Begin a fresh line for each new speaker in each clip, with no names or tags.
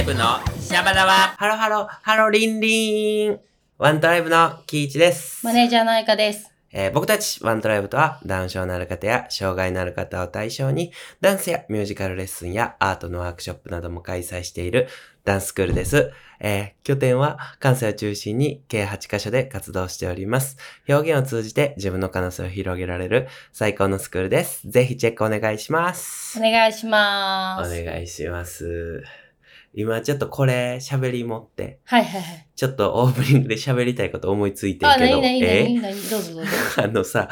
イブのシャバダワハロハロ、ハロリンリンワントライブのキイチです。
マネージャーの愛香です。
えー僕たちワントライブとは、ダウン症のある方や障害のある方を対象に、ダンスやミュージカルレッスンやアートのワークショップなども開催しているダンススクールです。えー拠点は関西を中心に計8カ所で活動しております。表現を通じて自分の可能性を広げられる最高のスクールです。ぜひチェックお願いします
お。願いします。
お願いします。今ちょっとこれ喋り持って、
はいはいはい。
ちょっとオープニングで喋りたいこと思いついてん
あ、
け
な
ど、
になにな
え
になにどうぞどうぞ。
あのさ、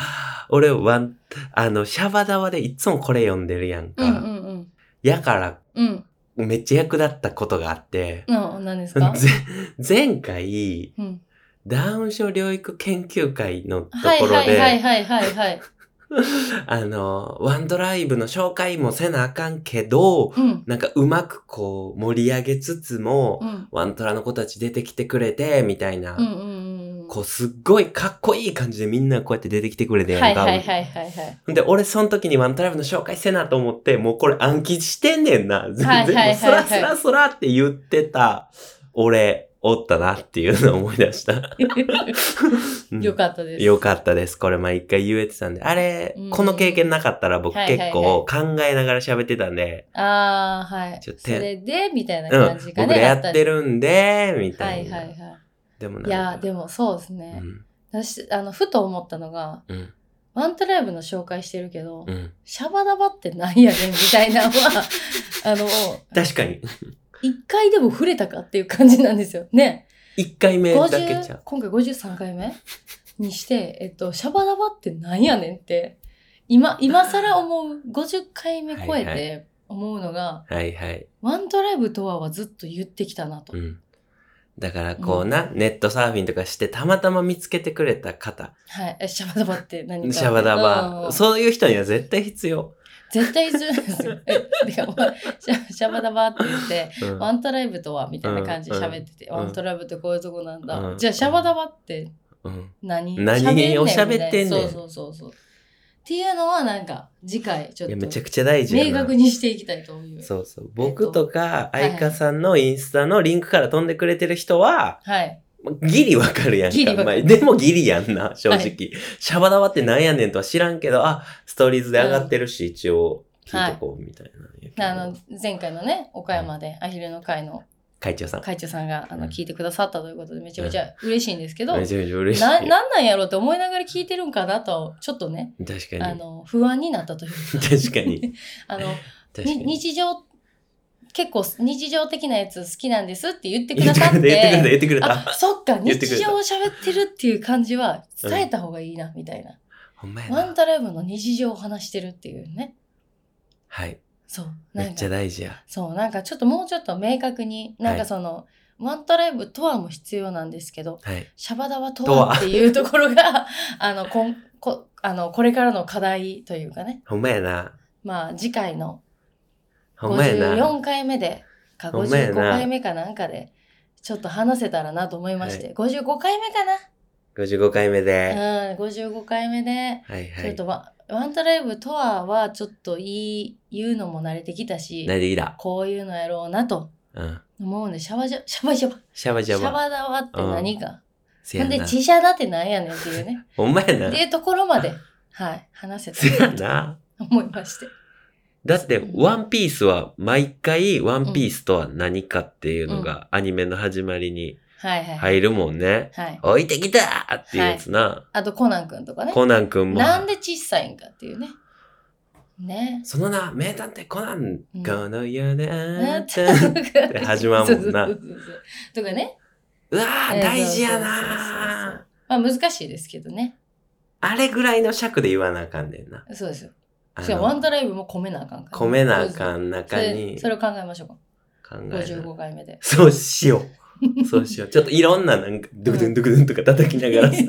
俺ワン、あの、シャバダワでいつもこれ読んでるやんか。
うんうんうん。
やから、
うん。
めっちゃ役立ったことがあって、
うん、何ですか
ぜ前回、
うん。
ダウン症療育研究会のと
はい
ころで、
はいはいはいはいはい。
あの、ワンドライブの紹介もせなあかんけど、
うん。
なんかうまくこう盛り上げつつも、
うん。
ワントラの子たち出てきてくれて、みたいな、
うんうんうん。
こうすっごいかっこいい感じでみんなこうやって出てきてくれてや
はい
んか。
はいはいはいはい。
で、俺その時にワントライブの紹介せなと思って、もうこれ暗記してんねんな。全
はいはいは
然、
い
スラスラスラって言ってた俺、おったなっていうのを思い出した。うん
よかったです。
よかったです。これ毎回言えてたんで。あれ
うん、
この経験なかったら僕
はいはい
結
はい
構考えながら喋ってたんで、
ああ、はい。
ちょっと
それで、みたいな
うん
感じ、が
僕ら
ね。
や
あた
っ
り
てるんで、み
は
たい
い
な。
はいは
でもなん
い。
か
いやー、でもそうです
う
ね。
ん、
私、あの、ふと思ったのが、
うん、
ワントライブの紹介してるけど
う、ん。
シャバダバってなんやねんみたいなの は、あの、
確かに。
一回でも触れたかっていう感じなんですよ。ね。
1回目だけじゃ
50
ん。
今回53回目にして、えっと、シャバダバってなんやねんって、今、今更思う、50回目超え
はい
て思うのが、
はいはい。
ワントライブとははずっと言ってきたな
う
と。
ん。だからこうな、ネットサーフィンとかしてたまたま見つけてくれた方、
はい。えシャバダバって何か。
シャバダ
う
バ、
ん
そういう人には絶対必要。
絶対必要なんですよ。え、てか、お前シャシャバダバって言って、
うん
ワントライブとはみたいな感じで喋ってて、
うんうん
ワントライブってこういうとこなんだ。
うん
じゃあ、シャバダバって
うん。
何
何
喋んねん
を喋ってんねん
みたいなそうそうそうそう。っていうのはなんか次回ちょっ
いや、
と
めちゃくちゃ大事や
明
な
確。にしていきたいと思う。
そうそう。僕とか、愛花さんのインスタのリンクから飛んでくれてる人は、
はい。
ギリわかるやんか。
ギリわかる
まあでもギリやんな、正直。
は
シャバダバってなんやねんとは知らんけど、あ、ストーリーズで上がってるし、一応聞いとこうみたいなんやけど。
あの前回のね岡山でアヒルの会の
会長さん。
会長さんがあ
う
の
ん
聞いてくださったということでめちゃめちゃ嬉しいんですけど、
めちゃめちゃ嬉しい。
ななんなんやろうって思いながら聞いてるんかなとちょっとね
確か
あ
に。
の不安になったというか
確かに。
あの
確か
に
に。
日常結構日常的なやつ好きなんですって言ってく
言
だ
って
さ
く
っ
れた、言ってくれた、言
て。
ってくれた。
あ、そっか、
言ってく
日
れた
常を喋ってるっていう感じは伝えた方がいいな、みたいな。
ほんまや
ワン
な。
トライブの日常を話してるっていうね。
はい。
そう。
め
な
っ
ん
ち
か
ゃ、大事や。
そう、なんかちょっともうちょっと明確に、なん
は
か
い
その、ワントライブとはも必要なんですけど、
はい。
シャバダバと
とは
はっていうところが、 あの、こんこあのこれからの課題というかね、
ほんまやな。
まあ次回の
ほんまやな。
54回目でか
ほんまや
55
な
回目かなんかでちょっと話せたらなと思いまして、55回目か
55回目で。
な、うん、55回目で
はいは
ちょっ
い。
とワ,、ワントライブとははちょっといい言うのも慣れてきたし
なりきだ。
こういうのやろうなと
うん。
思うんでシャバジャシャバシャバ
シャバ
シ
ジャ
ャ
バ。
バだわって何か、
せ
ほ
や
んで
な。
自社だってなんやねんっていう ね
ほんまや
っ
な
て。いうところまではい話せ
せ
た
や
らなと
な。
思いまして
だって、
うん
ワンピースは毎回、ワンピースとは何かっていうのが、アニメの始まりに
はいはいはい、
入るもんね。置いてきたーっていうやつな。
あとコナン君とかね
コナンくんも。
なんで小さいんかっていうね。ね。
その名、名探偵コナン、
うん
この世であ
ね
ったう始まるもんな
そうそうそうそうとかね。
わー、
えー
大事や
そうそうそうそ
なー
う。まあ難しいですけどね。
あれぐらいの尺で言わなあかんねんな。
そうですよ。
あ
しかもワン
の
トライブも込めなあかんから。
込めなあか
ん。
ん
そ
中
れ
に
そ
考
れを考えましょうか。
えな
55回目で。
そうしよ う。そうしよう。ちょっといろんななんか、ドゥクドゥンドゥクドゥンとか叩きながら さ。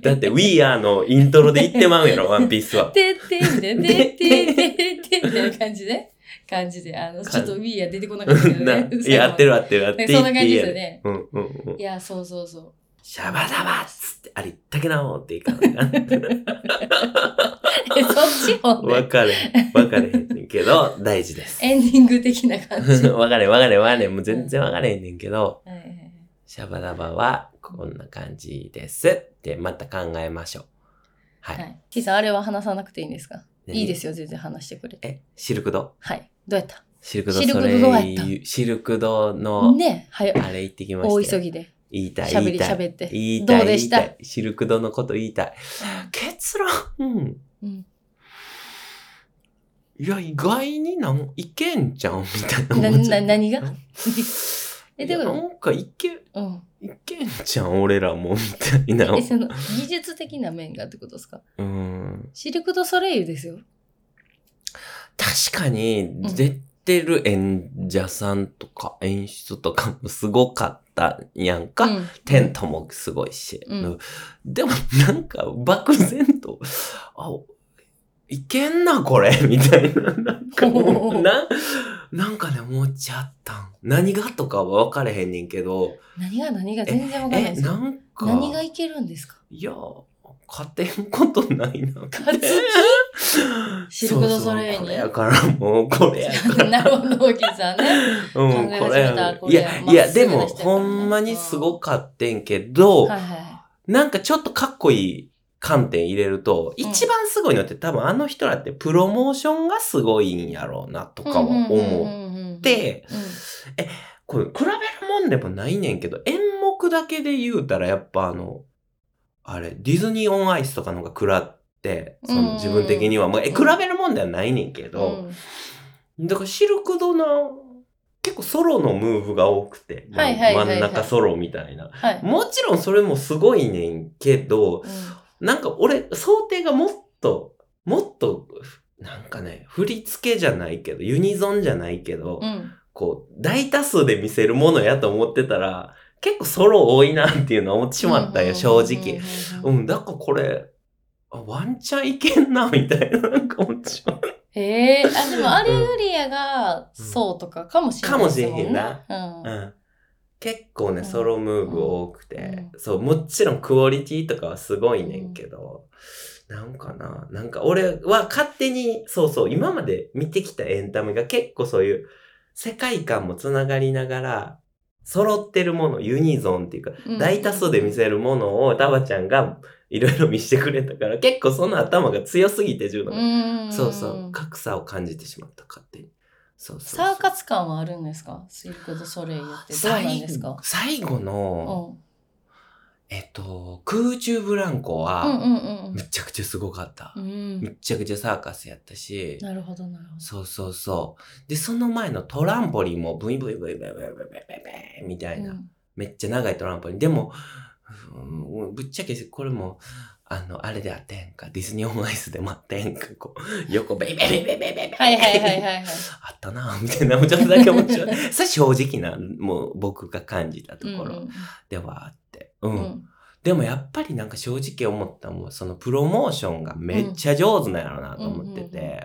だって、We Are のイントロで言ってまうんやろ、ワンピースは。
てってんで、てってんで、てってんで、みたいな感じで。感じで、あの、ちょっと Wii や出てこなかったけ ど
な
ね。
いや、合って
る。
る合ってる合って
そんな感じです
ね。
よね。
うんうんうん
い。や、そうそうそう。
シャバダバっつって、ありったけなもんっていかん な。
え、そっちも
わ
ね、
かれへん。わかれへんねんけど、大事 です。
エンディング的 な感じ。はい
わかれへんわかれへんわかれへん。もう全然わかれへんねんけど、
はいはい
シャバダバはこんな感じですって、また考えましょう。は。
はいい。T さん、あれは話さなくていいんですかいいです
よ。
よ、全然話してくれて。
え、シルクド
はい。どうやった
シルクド
シル
そ
クド
れ
どうやった
言うシルクドの、
ねはよ、
あれ行ってきま
大
した
急
よ。
ぎで。
言いたい。
喋
言い
り
たい。
喋って。
言いたい。
どうでした
言いいシルクドのこと言いたい。結論、うん。
うん。
いや、意外になん、いけんじゃんみたいな
な、
思っちゃ
な、
う。
何が
え、
え
で
で
も。
も
なんかいけ、
うん。
いけんじゃん、俺らも、みたいな。
え、その、技術的な面がってことですか
うん。
シルク・ドゥ・ソレイユですよ。
確かに、
ん
出てる演者さんとか演出とかもすごかったやんか。
うん
テントもすごいし。
うん
うんでも、なんか、漠然と、あ、いけんな、これ、みたいな。 なんかもう、
おー
な、なんかね、思っちゃったん。何がとかは分かれへんねんけど、
何が何が全然わかんない
え、
ですよ
なんか、
何がいけるんですか
いや、勝てんことないな。
勝つシルクドソレイユに
そうそうこれやからもう、これやから。
なるほど、おきさんね。
うん、
考え
これ
始めた
や。
こ
い
れ
や、
や
いや、
まっす
で
ぐな人やから
も、
ね
ほんまにすごかってんけど、
はいは
なんかちょっとかっこいい観点入れると、
ん
一番すごいのって多分あの人らってプロモーションがすごいんやろうなと
い。
かは思う。
思
て、これ比べるもんでもないねんけど、演目だけで言うたらやっぱあの、あれ、ディズニーオンアイスとかのが食らって、そ
うんうんう
の
ん
自分的には、もう、え、比べるもんではないねんけ
う
ど、
ん。
だからシルクドの結構ソロのムーブが多くて、まあ
はいはいはいはい
真ん中ソロみたいな。
はい。
もちろんそれもすごいねんけど、
う
なんか俺、想定がもっと、もっと、なんかね、振り付けじゃないけど、ユニゾンじゃないけど、
んうん。
こう、大多数で見せるものやと思ってたら、結構ソロ多いなっていうのは思ってしまったんよ、正直。
直
う。ん、だからこれ、あワンチャンいけんな、みたいな、なんか思ってしまっ
ええ、あ、でもアレグリアがそうとかかもしれない。
かもしれへんな。
うん
た。。うん。結構
う
ね、
ん
ソロムーブ多くて、
う
そう、もちろんクオリティとかはすごいねんけど、なんかな、なんか俺は勝手に、そうそう、今まで見てきたエンタメが結構そういう世界観もつながりながら、揃ってるもの、ユニゾンっていうか、
うん
大多数で見せるものをタバちゃんがいろいろ見してくれたから、結構その頭が強すぎて自分の中で
うん。
そうそう、格差を感じてしまった、勝手に。そうそうそう
サーカス感はあるんですかシルク・ドゥ・ソレイユってどうなんですか
最後最後
うん
の、
うん
えっと、空中ブランコ
うん
は、
うん
むちゃくちゃすごかった
う。ん。う
む
ん。
ちゃくちゃサーカスやったし、
なるほど、なるほど。
そうそうそう。で、その前のトランポリンもブイブイブイブイブイブイブイブイブイみたいな、
うん
めっちゃ長いトランポリン。でも、うんぶっちゃけこれも、あの、あれであってんか、ディズニーオンアイスでもあってんか、こう、横ベイベイベイベイベイベイベイ
はいはいはいはいはい。
あったなぁみたいな、もうちょっとだけ面白い。それ正直な、もう僕が感じ たところではあって。うん。
うんうんうん
でもやっぱりなんか正直思ったのは、そのプロモーションがめっちゃ上手なんやろうなと思ってて、
うんうんうん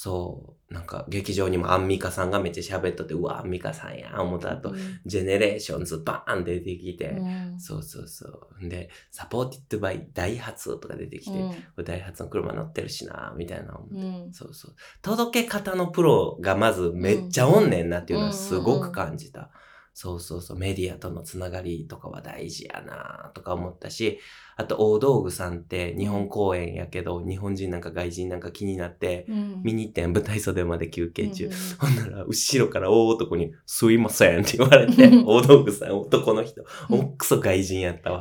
そう、なんか劇場にもアンミカさんがめっちゃ喋っとって、うわ、アンミカさんやん思った後、
うん
ジェネレーションズバーン出てきて、
うん
そうそうそう。で、サポーティッドバイダイハツとか出てきて、ダイハツの車乗ってるしな、みたいな思って
うんうん
そうそう。届け方のプロがまずめっちゃおんねんなっていうのはすごく感じた。そうそうそう。メディアとのつながりとかは大事やなとか思ったし、あと大道具さんって日本公演やけど、日本人なんか外人なんか気になって、
うん
見に行ってん舞台袖まで休憩中。
うんうん
ほんなら、後ろから大男に、すいませんって言われて、大道具さん男の人、おっくそ外人やったわ。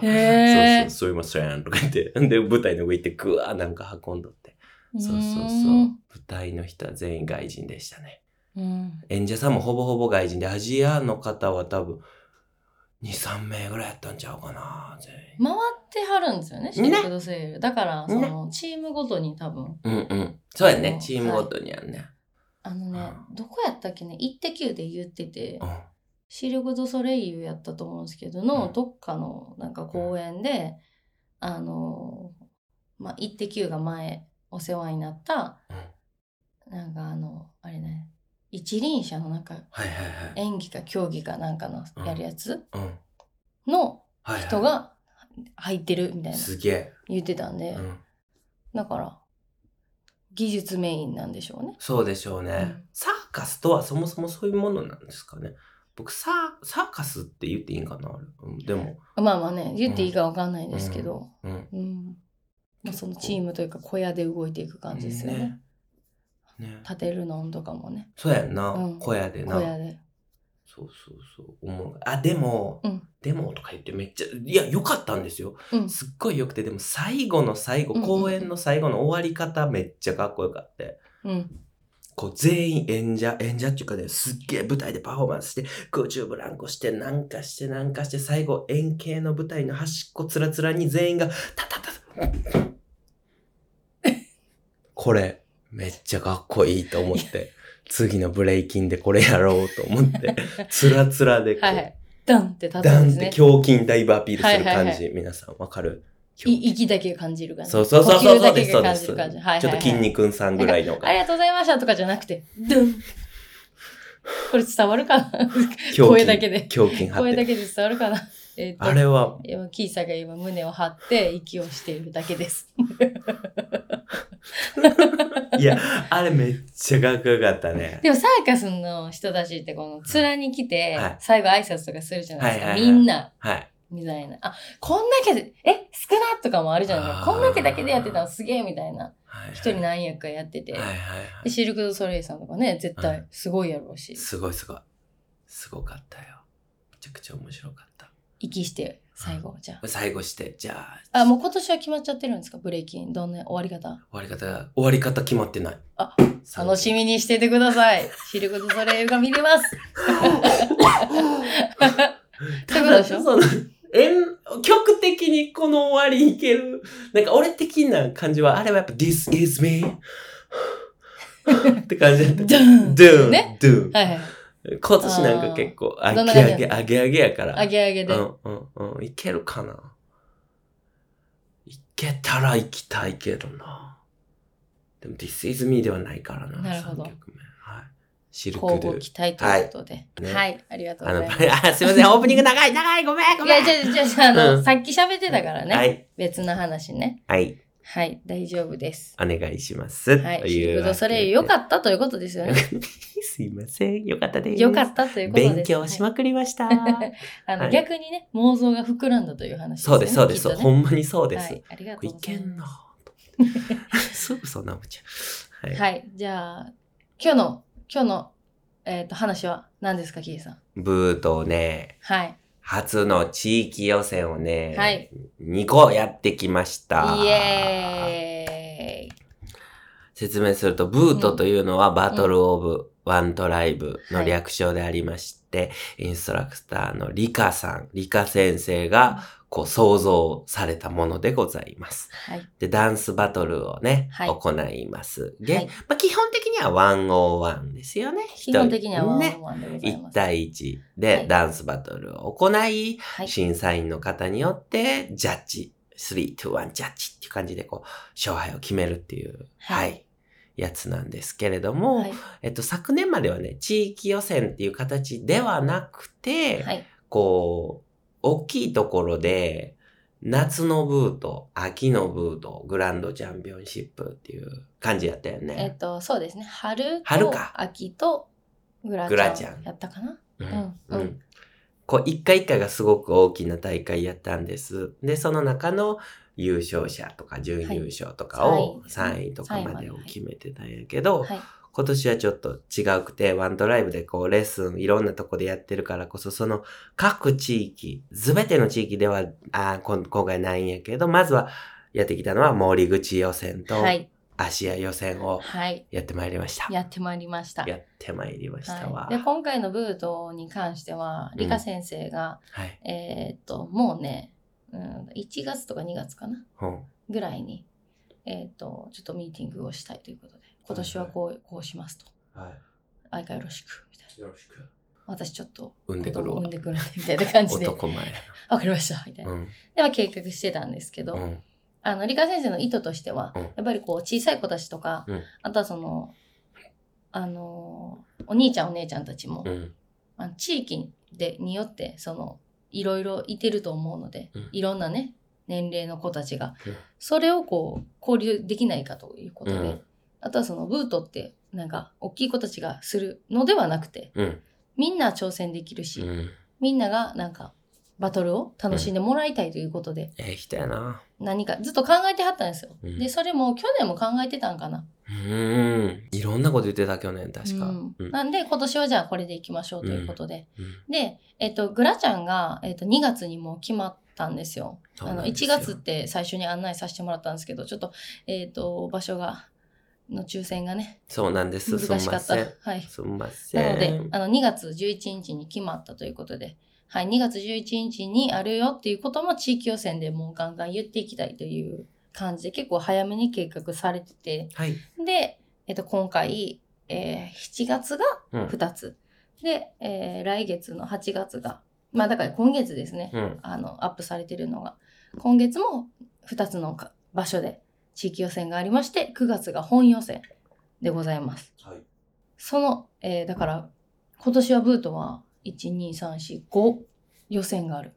そ
へ
うそう、すいませんとか言って、で、舞台の上行って、ぐわーなんか運んどって。
ー
そうそうそう。舞台の人は全員外人でしたね。
うん
演者さんもほぼほぼ外人で、アジアの方は多分、2、3名ぐらいやったんちゃうかな、全員。
回ってはるんですよね、シルク・ドゥ・ソレイユ。だから、その、チームごとに多分、
うんうん。そうやね
う。ん
チームごとにやんね。
あのね、どこやったっけね、イッテ Q で言ってて、
うん。
シルク・ドゥ・ソレイユやったと思うんですけど、の、どっかの、なんか公演で、あの、まあ、イッテ Q が前、お世話になった、なんかあの、あれね、一輪車のなんか、
はいはいはい。
演技か競技かなんかのやるやつ
うん。
の
はいはい。
人が履いてるみたいな
すげえ。
言ってたんで、
うん。
だから技術メインなんでしょうね。
そうでしょうね、
うん
サーカスとはそもそもそういうものなんですかね。僕、サー、サーカスって言っていいんかなあれうん、でも、
まあまあね言っていいかわかんないですけど、
うん。
うんまあ、そのチームというか小屋で動いていく感じですよね。
ね。ね
立てるのんとかもね
そうやんな、
うん
小屋でな。
小屋で。
そうそうそう。思う。あ、でも、
うん
でもとか言ってめっちゃ、いや、良かったんですよ。
うん
すっごい良くて、でも最後の最後、
うんうん
公演の最後の終わり方めっちゃかっこよかった。
うん
こう全員演者、演者っていうかね、すっげえ舞台でパフォーマンスして、空中ブランコして、なんかして、なんかして、最後、円形の舞台の端っこつらつらに全員が、タタタタ。これ、めっちゃかっこいいと思って、次のブレイキンでこれやろうと思って、つらつらでこう、
はいはい。ダンって立つ
ダ
ん
ン
で
っ
す
て
ね。
胸筋だいぶアピールする
はいは
感
い
じ。
はい
皆さんわかる
い息だけ感じる感じ。
そうそうそうそうそ
呼吸
う
だ
で
け
す、そう
が
です。
感じる感じ。
ちょっと筋
はいはいはい
肉さんぐらいの
ありがとうございましたとかじゃなくて、ドゥン。これ伝わるかな
胸
声
筋
だ、けで。
胸筋張っ
声
て
だ。けで伝わるかなえっと
あ、れは、
今、キーさんが今胸を張って息をしているだけです。
いや、あれめっちゃかっこよかったね。
でもサーカスの人たちってこの面に来て
はい、
最後挨拶とかするじゃないです
は
か。
いはいは
み
い
んな。
はい。
みたいな。あ、こんだけで、え、少なとかもあるじゃないですか。
あー
こんだけだけでやってたのすげえみたいな。
はいはい
一人何役かやってて。
はいはいは
でシルク・ドゥ・ソレイさんとかね、絶対すごいやろうし
い。、すごいすごい。すごかったよ。めちゃくちゃ面白かった。
息して、最後、じゃ
最後して、じゃあ、
あ。あ、もう今年は決まっちゃってるんですかブレイキン。どんな終わり方
終わり方、終わり方決まってない。
あ
最後
楽しみにしててください。シルク・ドゥ・ソレイが見れます。ってことでしょ
ただその演曲的にこの終わりいける。なんか俺的な感じは、あれはやっぱ This is me って感じだった。
ドゥン
Do,
ね
do.
はいはい。
今年なんか結構、あ
ーどんな
げ
感
あ
じ
げ、あげあげやから。
あげあげで。
うんうんうん。いけるかな。いけたら行きたいけどな。でも This is me ではないからな。
なるほど
3曲目。はい。シルクド
交
ゥ。
互期待ということで。
ね
はい。ありがとう
あ
ご
の、
ざい
あ
ます。
すいません、オープニング長い、長い、ごめん、ご
い
め
や、
ん。
じゃあ、じゃあじゃあ、あ
うん
の、さっき喋ってたから
は
ね。
い、
別の話ね。
はい、
はい、大丈夫です。
お願いします。
はい。
と
シ
い
ル
う
ク・ドゥ・ソレイ、良かったということです よね。
すいません、よかったです。
良かったということです。
勉強しまくりました。
あの、
はい
逆にね、妄想が膨らんだという話
そうです、そうです、
きっとね
ほんまにそうです。
はい、ありが
ことれ
う
い
ござ
け
い
ん
ま
なと思っ て。すぐそんなもんちゃう。
す。
はい。
はい、じゃあ、今日の、今日の、えっ、と、話は何ですか、キーさん。
ブーとね、
はい。
初の地域予選をね、
はい
2個やってきました。
イエーイ
説明すると、ブートというのはバトルオブワントライブの略称でありまして、インストラクターのリカさん、リカ先生が、こう、想像されたものでございます。
はい。
で、ダンスバトルをね、
はい
行います。で、
はい
まあ、基本的には101ですよね。
基本的にはワンオ
ね
ン。ワンでございま
1
す。
対1
は
で
い
ダンスバトルを行い、
はい。
審査員の方によって、ジャッジ、3、2、1、ジャッジっていう感じで、こう、勝敗を決めるっていう、は、
はいい
やつなんですけれども、
はい。
えっと、昨年まではね、地域予選っていう形ではなくて、
はい。
こう、大きいところで、夏のブート、秋のブート、グランドチャンピオンシップっていう感じやったよ
えっ、
ね。
と、そうですね。春
春
と
か
秋とグラ
グラち
ち
ゃ
ゃ
ん
んやったかな
う
うん
ん。こう、一回一回がすごく大きな大会やったんです。で、その中の優勝者とか準優勝とかを
はい三位
3位とかま
三
で
位
を
まで
決めてたんやけど、
はい。
今年はちょっと違うくて、ワンドライブでこうレッスンいろんなとこでやってるからこそ、その各地域、すべての地域では、あーこん今回ないんやけど、まずはやってきたのは森口予選と
はい。
芦屋予選を
はい。
やってまいりました。
やってまいりました。
やってまいりましたわ。
はい、で今回のブートに関しては理
うん
科先生が、
はい。
えーっともうね、うん、1月とか2月かな
うん
ぐらいに、えーっとちょっとミーティングをしたいということで今年はこう,、こうしますと
は。
相変よろしくみたいない
よろしく。
私ちょっと
産んでくる
子
わ
供産ん。でくるんでみたいな感じで
男前や
分かりましたみたい
な。
な、
うん。
では計画してたんですけど、
うん。
あの理科先生の意図としては、
うん
やっぱりこう小さい子たちとか、
うん
あとはそのあのお兄ちゃんお姉ちゃんたちも、
うん。
まあ、地域でによってそのいろいろいてると思うので、
うん
いろんなね年齢の子たちが
うん
それをこう交流できないかということで、
うん
あとはそのブートってなんか大きい子たちがするのではなくて
うん。
みんな挑戦できるし、
うん。
みんながなんかバトルを楽しんでもらいたいということで、
ええ人やな。
何かずっと考えてはったんですよ。
うん
でそれも去年も考えてたんかな。
うん。いろんなこと言ってた去年、確か。
うん
うん
なんで今年はじゃあこれでいきましょうということで、
うん
で、えっと、グラちゃんが、えっと、2月にもう決まったんですよ。
そう
あ
な
の
んです
1
よ
月って最初に案内させてもらったんですけどちょっと,、えっと場所がの抽選がね
そうなんです。
難
すん
しか
ま
った
せん。。
はい、
すんません。
なのであの2月11日に決まったということで、はい、2月11日にあるよっていうことも地域予選でもうガンガン言っていきたいという感じで結構早めに計画されてて。
はい。
で、えっと、今回、えー7月が
うん
2つ、で、えー来月の8月がまあだから今月ですね、
うん。
あのアップされてるのが今月も2つのか場所で地域予選がありまして9月が本予選でございます
はい。
その、えーだから今年はブートは12345予選がある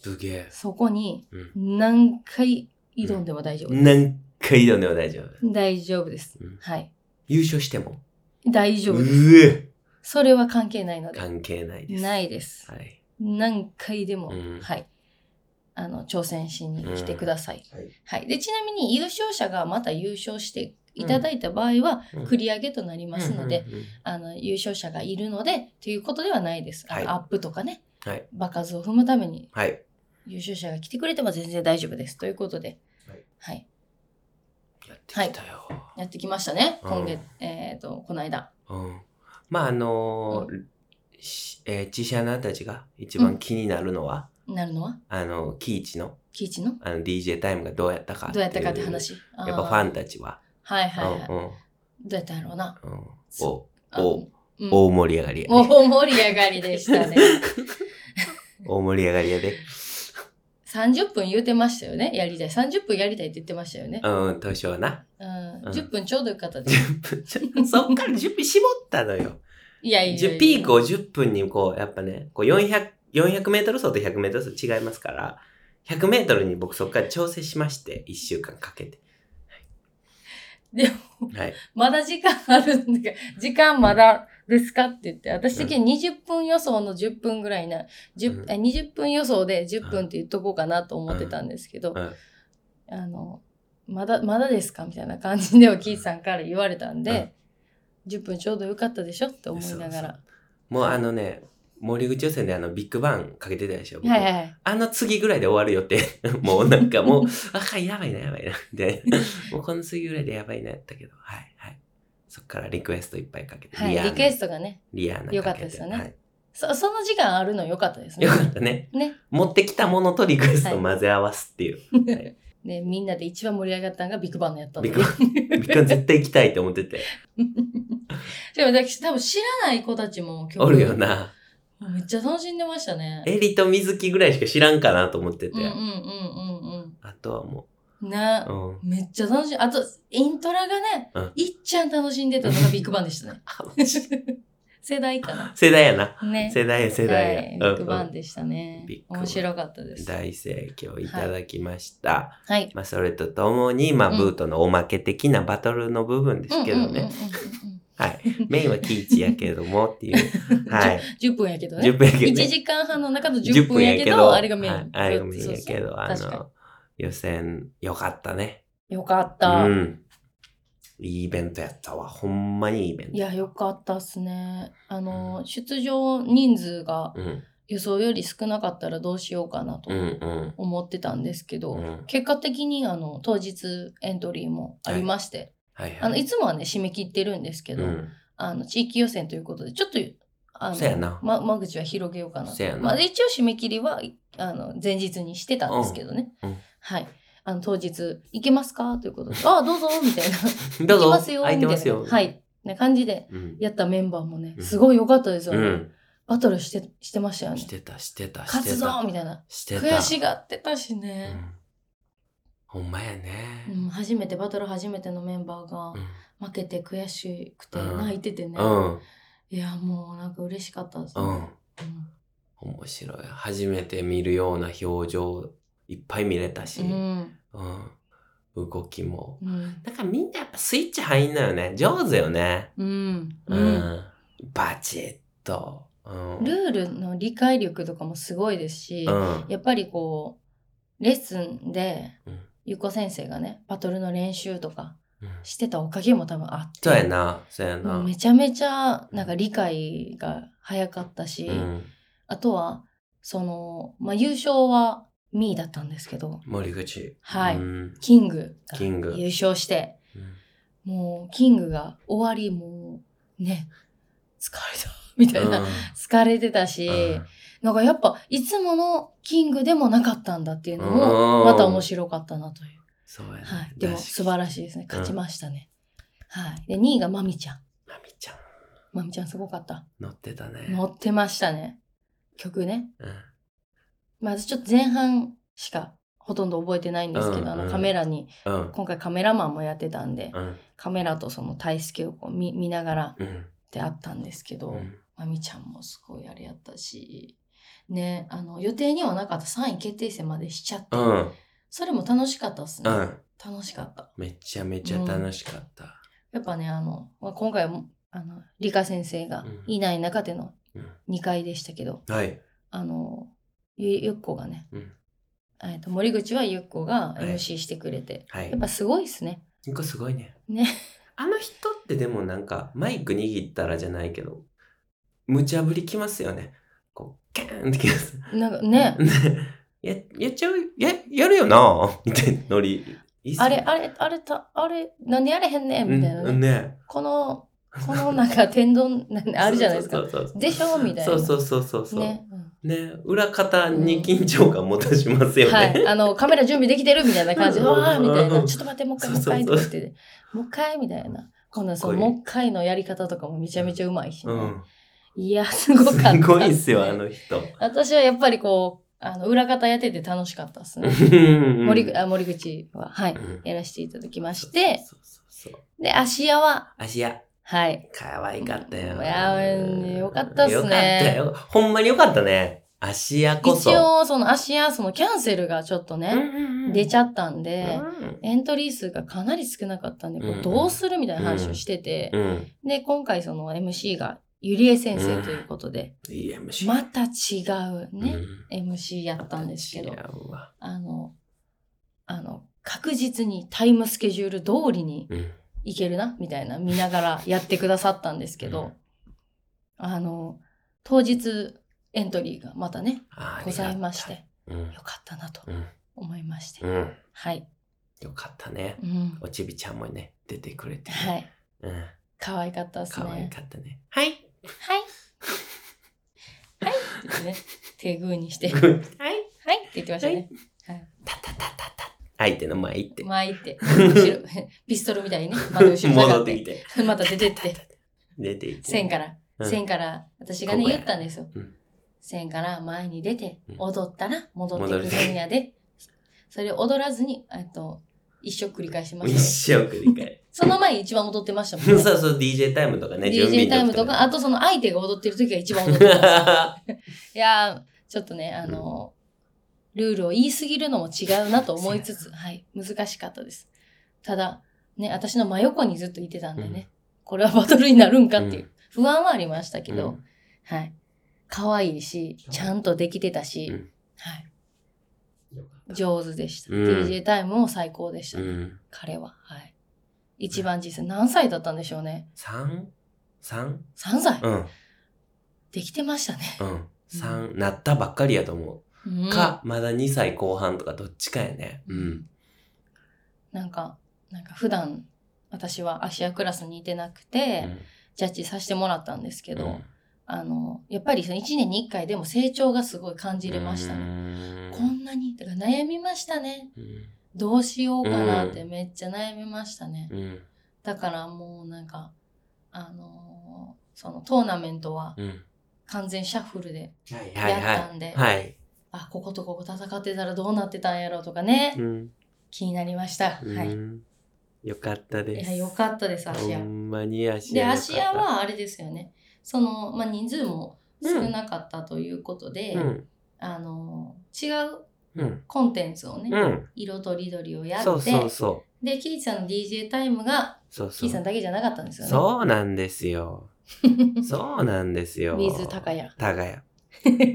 すげえ。
そこに
うん。
何回挑んでも大丈夫、
何回挑んでも大丈夫。
大丈夫です、
うん
はい
優勝しても。
大丈夫です
うえ
それは関係ないので。
関係ないです。
ないです。
はい。
何回でも、
うん
はい。あの、挑戦しに来てください。
はい。
はい。で、ちなみに優勝者がまた優勝していただいた場合は、繰り上げとなりますので、
うんうんうん
あの、優勝者がいるので、ということではないです。あ
はい
のアップとかね、
はい。
場数を踏むために
はい。
優勝者が来てくれても全然大丈夫です。ということで、
はい
はい。
やってきたよ。
やってきましたね。
うん
今月、えっ、と、この間。
うん。まあ、あのー、しえー、チシャナたちが一番気になるのは、
なるのは、
あの、キイチの、
キイチの
あの、DJ タイムがどうやったか
どうやったかって
いう
話。や
やっぱファンたちは、
はいはいはい。
うんうん
どうやったんやろうな。
うん、
そ
お
あ
お
うん
大盛り上がりやで。
大盛り上がりでし たね。
大盛り上がりやで。
30分言うてましたよね。やりたい。30分やりたいって言ってましたよね。
うん、当初はな。
う、
うんん
10分ちょうどよかっ たです。
10分ちょ、そっから10分絞ったのよ。
いやいやいやいや
10ピークを10分にこう、やっぱね、こう400、400メートル走と100メートル走違いますから、100メートルに僕そっから調整しまして、1週間かけて。
で
も、はい。
まだ時間あるんだけど、時間まだですかって言って、私的に20分予想の10分ぐらいな、10
うん
あ20分予想で10分って言っとこうかなと思ってたんですけど
う、ん
あの、まだ、まだですかみたいな感じではキーさんから言われたんで、10分ちょうどよかったでしょって思いなが
そうそ
ら
う。もうあのね、森口予選であのビッグバンかけてたでしょ。僕
はいはいはい。
あの次ぐらいで終わるよって。 もうなんかもう、あ、やばいな、やばいな。で、もうこの次ぐらいでやばいなやったけど、はい、はい。そっからリクエストいっぱいかけて、
はい、
アー
リクエストがね、
リアーナかけて
よかったですよね
はい
そその時間あるの良かったですね
よ。かったね。
ね。
持ってきたものとリクエストを混ぜ合わすっていう。はい
ね、みんなで一番盛り上がったのがビッグバンのやったの
ビッグバビッグバン絶対行きたいと思ってて。
でも私多分知らない子たちも今
おるよ。な。
めっちゃ楽しんでましたね。
エリと水木ぐらいしか知らんかなと思ってて
うん。うんうんうん
あとはも
うん。ね
う、うん。
めっちゃ楽しい。あと、イントラがね、
うん
いっちゃん楽しんでたのがビッグバンでし たね。
あマジ
世代かな。
世代やな。
ね。
世代や、世代や。
はい
うん
ビッグバ
う
ン
ん
でしたね
ビッ。グバン
面白かったです。
大盛況いただきました。
はい。
まあ、それとともに、まあ、
うん
ブートのおまけ的なバトルの部分ですけどね。
うんうんうんうんうん
はい。メイン はキイチやけどもっていう。はい。
10分やけどね。
10分やけど、
1
ね。
時間半の中の10分やけど、あれがメイ
はい
ン。
あれがメインやけ
そうそう
ど、あ
確か
の、予選、よかったね。
よかっ
う
た。
ん。いいイベントやったわ。ほんまにいいイベント。
いや、よかったっすね。あの、
うん
出場人数が
うん。
予想より少なかったらどうしようかなと
うんうん。
思ってたんですけど、
うん
結果的にあの当日エントリーもありまして、
はいはい。
あのいつもはね締め切ってるんですけど、
うん。
あの地域予選ということでちょっとあの
そやな
ま、間口は広げようかな
そやな
まあ、で一応締め切りはいあの前日にしてたんですけどね、
うんうん
はいあの当日「行けますか?」という ことで「ああどうぞ」みたい
ど
な
うぞ。
行きますよ
空いてます
み
よ。
たいなはい。な感じで
うん。
やったメンバーもね、
うん
すごい良かったですよ
う
ね。
ん。
バトルしてしてましたよね
し。てた、してた、
勝
して
つぞ
た。
みたいな。
してた。
悔しがってたし
う
ね、
ん。ほんまやね。
うん初めてバトル初めてのメンバーが
うん
負けて悔しくて
うん
泣いててね、
うん。
いやもうなんか嬉しかったです
う
ね、
ん。面白い。初めて見るような表情いっぱい見れたし、
う
うん
ん
動きも。
うん
だからみんなやっぱスイッチ入んなよね。上手よね。
うん
う。
うんん
バチッと。うん。
ルールの理解力とかもすごいですし、
うん。
やっぱりこうレッスンで
うん
ゆうこ先生がねバトルの練習とか
うん
してたおかげも多分あって
そうやな。そうや
も
な。
うめちゃめちゃなんか理解が早かったし、
うん。
あとはその、まあ、優勝はミーだったんですけど
森口。
はい
うん。
キングが
キング
優勝して
うん
もうキングが終わりもうね疲れたみたいな、
うん
疲れてたし、なんかやっぱいつものキングでもなかったんだっていうの
うん
もまた面白かったなという、
そうやな。
はい、でも素晴らしいですね勝ちましたね、はい、で2位がまみちゃん
まみちゃん、
まみちゃんすごかった
乗ってたね。
乗ってましたね曲ね
うん
まずちょっと前半しかほとんど覚えてないんですけど、
うん
あ
うん
のカメラに
うん。
今回カメラマンもやってたんで、
うん。
カメラとその体助をこう見見ながら
うん。
であったんですけど、
うん
まみちゃんもすごいあれやったしねあの予定にはなかった3位決定戦までしちゃって、
うん。
それも楽しかったっす
う
ね、
ん。
楽しかった
めちゃめちゃ楽しかった。
やっぱねあの、まあ、今回もあの理科先生が
うん
いない中での
うん
2回でしたけど、
はい。
あのゆゆっこがね、
うん
えっと森口はゆっこが
はい
MC してくれて、
はい
やっ。ぱすごいっすね
ニコすごいね。
ね。
あの人ってでもなんかマイク握ったらじゃないけど、無茶ぶりきますよね。こう、キャーンってきます。
なんかね
ねや やっちゃう、や、やるよなみたいなノリ。いいっすね
あれあれあれたあれなんでやれへんねんみたいなね、
うんね。
このこのなんか天丼なんあるじゃないですか
そうそうそう
でしょみたいな
そうそうそうそうそう。
ね、うん
ね、裏方に緊張感持たしますよね。
はい、あのカメラ準備できてるみたいな感じで
う
「
んうんうん
わあ」みたいな「ちょっと待ってもう一回もう一
そうそう
回」
そ
と
う
か言ってて「もう一回」みたいな今度はそ
かっこい
の
い
もう一回のやり方とかもめちゃめちゃうまいし、ね
うん、
いやすごかった
す
す
ごいっすよ、あの人。
私はやっぱりこうあの裏方やってて楽しかったですね
森
森口あ森口は
う
はい
ん
やらせていただきまして
そうそうそう。
で芦屋は
足や、
はい
可愛かったよ。
いやーよかったっすね
よかったよ。ほんまによかったね。芦屋こそ。
一応その芦屋そのキャンセルがちょっとね、出ち
ゃ
ゃったん
う
で、
ん
エントリー数がかなり少なかったんで、こ
うん
うどうするみたいな話をしてて、
うん。
で、今回その MC がゆりえ先生ということで、
いい MC。
また違
う
うね、
ん
MC やったんですけど
芦、屋は
あの、あの、確実にタイムスケジュール通りに
うん
いけるな、みたいな見ながらやってくださったんですけど、あの、当日エントリーがまたね、
あー
ございまし。て、
ありが
よかったなと
たうん。
思いまして、
うん。うん
はい。
よかったね。
うん。
おちびちゃんもね、出てくれてね。
は
う
い。
ん。
可愛かったですね。
可愛かったね。はい。
はい。はい。って言ってね、手グーにして、はい
はい。
って言ってましたね。はい。
たたたたた。相手の前行って。
巻いて、後ろ、 ピストルみたいにね、また後ろ下
戻
が
っ
って
き
て、
て。
また出てって、
出て行って。
線から、
うん
線から、私がね、
ここや
言ったんですよ
うん。
線から前に出て
うん、
踊ったら戻って
戻る
くるんやで、それを踊らずに、えっと、一生繰り返しま
一
した。
生繰り返
その前一番踊ってましたもん
す。
ね。
そうそう、DJ タイムとかね、準備
DJ
の時
タイムとか、あとその相手が踊ってる時が一番踊って ました。いやーちょっとね、あのールールを言い過ぎるのも違うなと思いつつ、はい、難しかったです。ただ、ね、私の真横にずっといてたんでね、これはバトルになるんかっていうう不安はありましたけど、
うん
はい。可愛いし、ちゃんとできてたし、
うん
はい。
よ
上手でした。
うん
DJ タイムも最高でした、
うん。
彼は。はい。一番実際何歳だったんでしょうね。
三三
3歳、
うん。
できてましたね。
うん。三なったばっかりやと思
うん
う。か、まだ2歳後半とかどっちかやね。うん。
なんか、なんか普段、私は芦屋クラスにいてなく
う
て、
ん
ジャッジさせてもらったんですけど、
うん
あの、やっぱりその1年に1回でも成長がすごい感じれました
う
ね。
ん
こんなに、だから悩みましたね。
うん
どうしようかなってめっちゃ悩みましたね。
うん。
だからもうなんか、あのーそのトーナメントは
うん。
完全シャッフルで、
はいはい
やったん
はい。
で
はい。
あ、こことここ戦ってたらどうなってたんやろうとかね、
うん。
気になりました。は
う
い。
んよかった
い
です。
や、よかったです、芦屋
ほ。んまに芦
で、
屋。
芦屋、はあれですよね。その、まあ、人数も少なかったということで、
うん。
あの、違う
うん。
コンテンツをね、
うん。
色とりどりをやって
そうそうそ
でキイチさんの DJ タイムが
う。そうそ
キイさん
う。
だけじゃなかったんですよね。
そうなんです よ。そうなんですよ。
With 高谷。
高谷。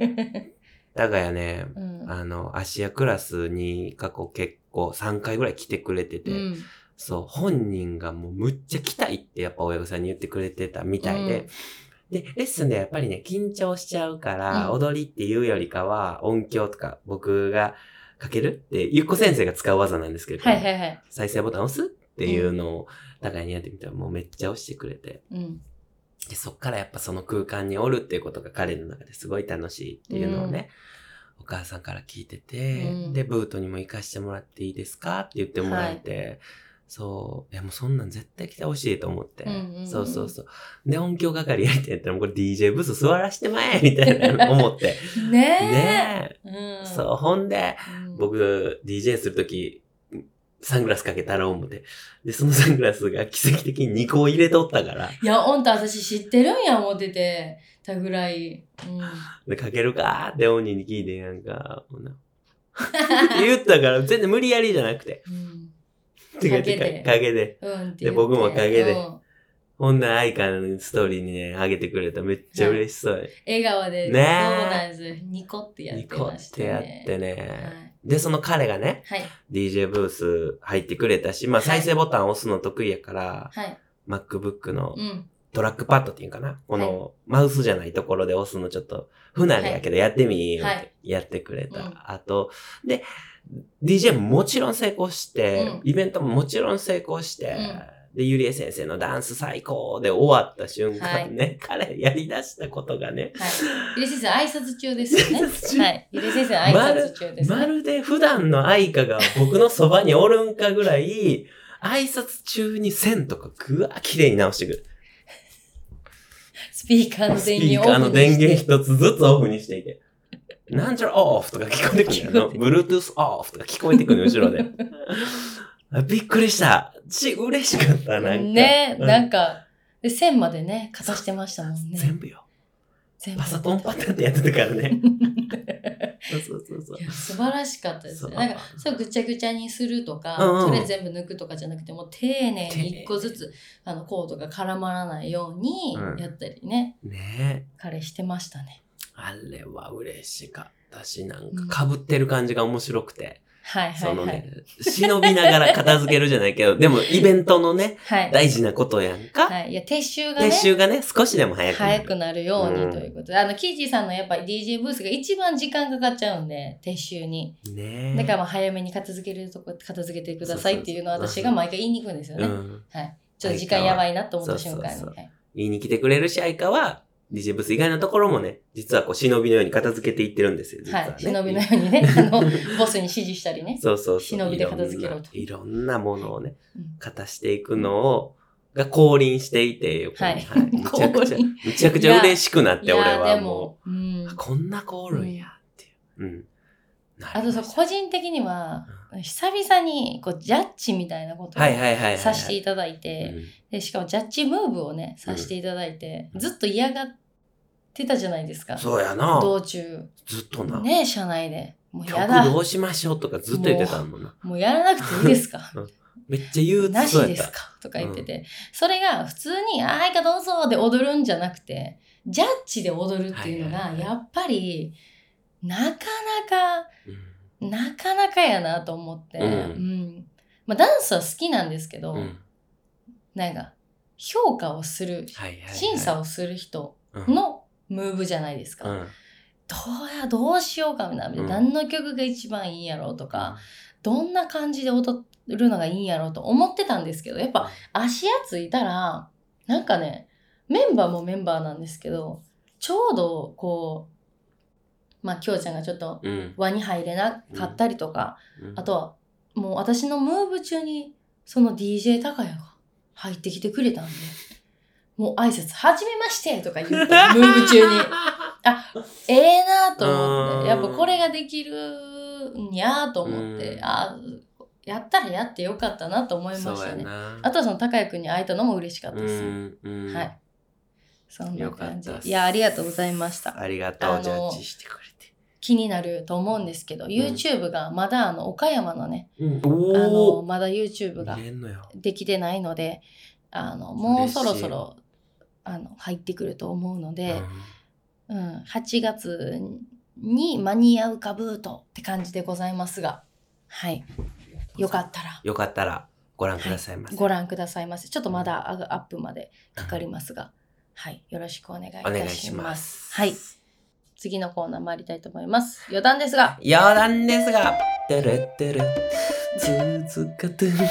高谷ね、
うん
あの、芦屋クラスに過去結構3回ぐらい来てくれてて、
うん
そう、本人がもうむっちゃ来たいってやっぱ親御さんに言ってくれてたみたいで、で、レッスンでやっぱりね、緊張しちゃうから、
うん
踊りっていうよりかは音響とか僕がかけるって、ゆっこ先生が使う技なんですけど、
はいはいはい。
再生ボタン押すっていうのを高谷にやってみたらもうめっちゃ押してくれて、
うん
で、そっからやっぱその空間におるっていうことが彼の中ですごい楽しいっていうのをね、お母さんから聞いてて、
うん
で、ブートにも行かしてもらっていいですかって言ってもらえて、そう、いやもうそんなん絶対来てほしいと思って、
うんうんうん
そうそうそう。で、音響係やりてんやったら、もうこれ DJ ブース座らしてまえみたいな思って。
ね
ね
え。う
え、
ん
そう、ほんで、
うん
僕、DJ するとき、サングラスかけたろう思って。で、そのサングラスが奇跡的に2個入れとったから、
いや、おんと私知ってるんや思ってて、たぐらい。うん、
で、かけるかーって本人に聞いてんやんか。ほな言ったから、全然無理やりじゃなくて。
うん。
てか
かけ
てか
て
かけて。
うんって言って
で僕も陰で
うん
ほんなら愛花のストーリーにね、あげてくれた。めっちゃ嬉しそうに。
笑顔
ねえ
で、そうなんです。ニコってやっ
ニ
て
コ
ま
っ
した
てやっ
ね。
て
は
ね。
い。
で、その彼がね、
はい。
DJ ブース入ってくれたし、まあ
は
再
い
生ボタン押すの得意やから、
はい。
MacBook の
うん。
トラックパッドっていうんかな。このマウスじゃないところで押すのちょっと不慣れやけどやってみーよ
はい
やってくれた。
うん
あと、で、DJ ももちろん成功して、
うん
イベントももちろん成功して、で、ゆりえ先生のダンス最高で終わった瞬間ね、 彼やり出したことがね、
はい。ゆり先生、挨拶中ですよね。
挨拶中
はい。ゆり先生、挨拶中です、ね。
まるで普段の愛花が僕のそばにおるんかぐらい、挨拶中に線とかぐわー綺麗に直してくる。
スピーカーの
ス
電
ピー
源
カー
をオ
の
フに
電
して
源一つずつオフにしてい て。なんちゃらオフとか聞こえてくるんだよ。
聞
Bluetooth オフとか聞こえてくるの後 ろで。あびっくりした。ち、嬉しかった。なんか。
ね
うん
なんか、で、線までね、かざしてましたもんね。
全部よ。
全部
パソコンパターンってやってたからね。 そうそうそうそう
い。や素晴らしかったですね。
そう
なんかそうぐちゃぐちゃにするとか、
うんうん
それ全部抜くとかじゃなくてもう丁寧に一個ず
丁
つあのコードが絡まらないように
うん
やったりね、
ねえ。
彼してましたね。
あれは嬉しかったし、なんか被ってる感じが面白くて。
はいは
そ
いは
の
い。
ね、忍びながら片付けるじゃないけど、でもイベントのね、
はい、
大事なことやんか。
はい、いや撤収がね
練習がね、少しでも早くなる。
早くなるよう
うん
にということで、あのキーチーさんのやっぱり DJ ブースが一番時間かかっちゃうんで撤収に
ねえ
だからまあ早めに片付けるとこ片付けてくださいっていうのは
そうそうそう
私が毎回言いに行くんですよね、
うん。
はいちょっと時間やばいなと思った瞬間に
そうそう
はい
言いに来てくれるし、相川は、DJ ブース以外のところもね、実はこう、忍びのように片付けていってるんですよ、実は、ね。
はい、忍びのようにね あのボスに指示したりね
そうそうそう。
忍びで片付けろと
いろんな。いろんなものをね、
うん
片していくのを、が降臨していて、横に
はい
むちゃくちゃ、
降臨
むちゃくちゃ嬉しくなっ
い
て、俺
や
は
で
も
も、うん
う、あ、こんな子おるんや、っていう。うん。な
あ
りま
と
し
さ
た
個人的には久々にこうジャッジみたいなことを
はいはいはいはい。
させてい
た
ただいてでしかもジャッジムーブをねさせていただいて、
うん
ずっと嫌がってたじゃないですか
そうやな。
道中
ずっとな。
ね社内でもう
曲
やだ
どうしましょうとかずっと言ってたもんな。
もうやらなくていいですか
めっちゃ 憂
な
鬱
し
そうや
で
っ
す
た。
かとか言ってて、それが普通に「あーいかどうぞ」で踊るんじゃなくてジャッジで踊るっていうの
はい
が
はいはい
やっぱりなかなかなかなかやなと思って、
うん
んまあ、ダンスは好きなんですけど、
うんうん
なんか評価をする、
はいはいはい
審査をする人
うん
のムーブじゃないですか、
うん
どうやどうしようかみたいな、
うん
何の曲が一番いいんやろうとか、どんな感じで踊るのがいいんやろうと思ってたんですけどやっぱ足やついたらなんかねメンバーもメンバーなんですけどちょうどこうまあきょうちゃんがちょっと
うん、
輪に入れなかったりとか、
うん
あとはもう私のムーブ中にその DJ 高谷が入ってきてくれたんでもう挨拶「はじめまして」とか言 ってムーブ中にあええなと思っ
うん
てやっぱこれができるんやと思っ
う
て
ん
あやったらやってよかったなと思いま
そ
し
う
た
や
ね。
な。
あとはその高谷くんに会えたのも嬉しかった
う
です。
んうん
はい。そんな
よかった
感
っ
じ
す。
いや、ありがとうございました。
ありがと
あ
う、
の
ジャッジしてくれて。
気になると思うんですけど、YouTube がまだあの岡山のね、
うん、
あの
おお
まだ YouTube が
見れんのよ。
できてないのであのもう
嬉しい
そろそろあの入ってくると思うので、うん8月に間に合うかブートって感じでございますが、はい、
うん
よかったら
よかったらご覧くださいませ。
ご覧くださいませちょっとまだアグアップまでかかりますが、はい、よろしくお願いいたし
お
ます
願いします。
はい次のコーナー参りたいと思います余談ですが
余談ですが、てるて る、つつかつんか、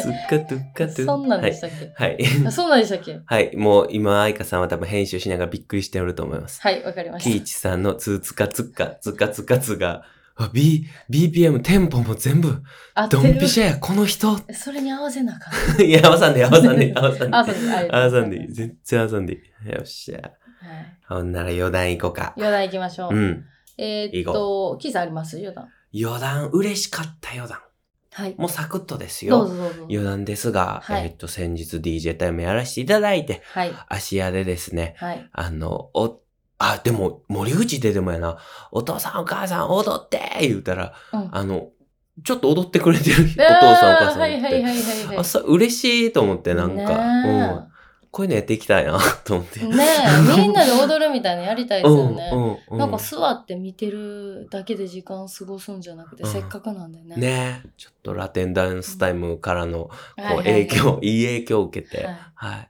つかつかつ
そんなんでしたたっけ、
はい。
あそんなんでしたっけ
はい。はい、もう今、愛花さんは多分編集しながらびっくりしておると思います。
はいわかりま
キ
し
イ
た
チさんのつつかつか、つかつかつが、あ B、BPM、テンポも全部、
あ
ドンピシャや、この人。
それに合わせなあかん
いや、合わさんでいい、合わさんでい い、合わさんでいい
あ、そうです。あり
あ
が
ー
とう
さ
ご
ん
ざ
で
い
い
ま
い。
す
全然あーさんでいい。よっしゃ。
はい
ほんなら余談行こうか。
余談行きましょう。
うん。
えーっと、キーさんあります余談。
余談、嬉しかった余談。
はい。
もうサクッとです
どう
よ。
ぞどうぞ。
余談ですが、
はい
えっと、先日 DJ タイムやらせていただいて、
はい。
芦屋でですね、
はい。
あの、お、あ、でも、森口ででもやな、お父さんお母さん踊って言うたら、
うん
あの、ちょっと踊ってくれてるお父さんお母さん
は
お
い
っ
はい
て、
はいはいは
あ、
い。
そう、嬉しいと思って、なんか、うん。こういうのやっていきたいな、と思って。
ねえ。ねえ、みんなで踊るみたいなのやりたいですよね。
うん
なんか座って見てるだけで時間過ごすんじゃなくて、
うん
せっかくなんでね。
ねえちょっとラテンダンスタイムからのこ
はいはい
う
はい
影響、いい影響を受けて、
はい
はい。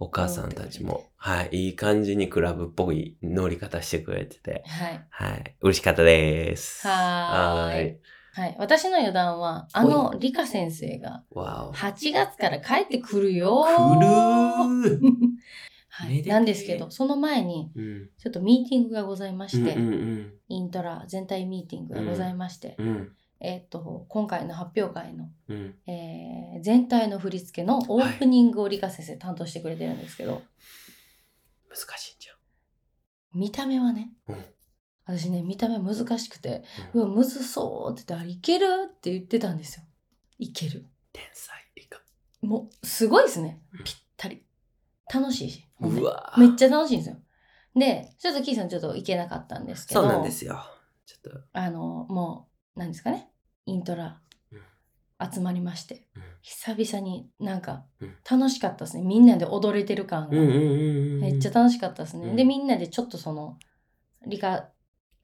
お母さんたちも、はい、いい感じにクラブっぽい乗り方してくれてて、
はい。
はい、嬉しかったです。
はーい
は
はい。私の余談は、あの、理科先生が
わお。
8月から帰ってくるよ。
くるー
は
めで
い。
てー
なんですけど、その前に、
うん。
ちょっとミーティングがございまして、
うんうん
イントラ全体ミーティングがございまして、
うん。うん
えーっと今回の発表会の、
うん。
えー全体の振り付けのオープニングを理科先生担当してくれてるんですけど、
難しいんじ
見た目はね、
うん
私ね見た目難しくて
ゃん。
うわむずそうって言ってあれいけるって言ってたんですよいける
天才理科。
もうすごいですね
うん
ぴったり楽しいしほんで
うわ
めっ
ゃ。
ちゃ楽しいんですよでちょっとキーさんちょっといけなかったんですけど
そうなんですよ。ちょっと。
あのもう何ですかねイントラ集まりまして、
うん
久々になんか
うん
楽しかったですねみんなで踊れてる感が、
うんうんうんうん。
めっちゃ楽しかったですね、
うん
でみんなでちょっとその理科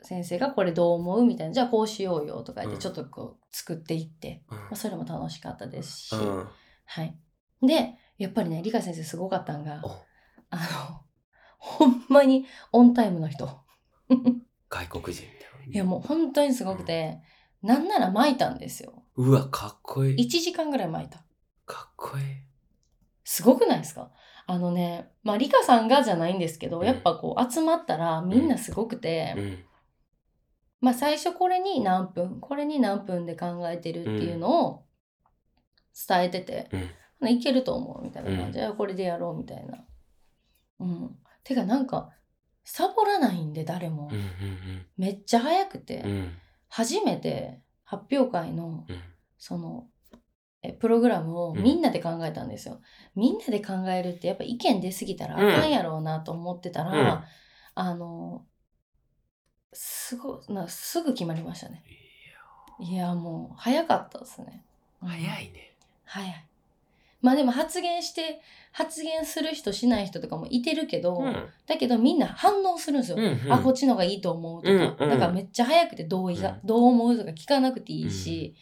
先生がこれどう思うみたいなじゃあこうしようよとか言っ
う
て
ん
ちょっとこう作っていって、まあ、それも楽しかったですし、
うん。うん。
はいでやっぱりね理科先生すごかったんが
お
あのほんまにオンタイムの人
外国人みたいな。
いやもう本当にすごくて、なんなら巻いたんですよ
うわ、かっこいい。
1時間ぐらい巻いた
かっこいい。
すごくないですかあのねまあ理科さんがじゃないんですけど、
うん
やっぱこう集まったらみんなすごくて、
うん。
まあ最初これに何分これに何分で考えてるっていうのを伝えてて、
うん
まあいけると思うみたいな感じで、あこれでやろうみたいな。うん、てかなんかサボらないんで誰も、
うん
めっちゃ早くて、
うんうん。うん
初めて発表会の
うん。
そのえプログラムをみんなで考えたんですよ。みんなで考えるってやっぱ意見出すぎたらあかんやろうなと思ってたら、
うん
あのすごなすぐ決まりましたね。いやもう早かったですね。うん
早いね。
早い。まあでも発言して発言する人しない人とかもいてるけど、
うん。
だけどみんな反応するんですよ。
うん
あこっちの方がいいと思うとか、
うんうん
だからめっちゃ早くて同意
う
が、
ん
どう思うとか聞かなくていいし、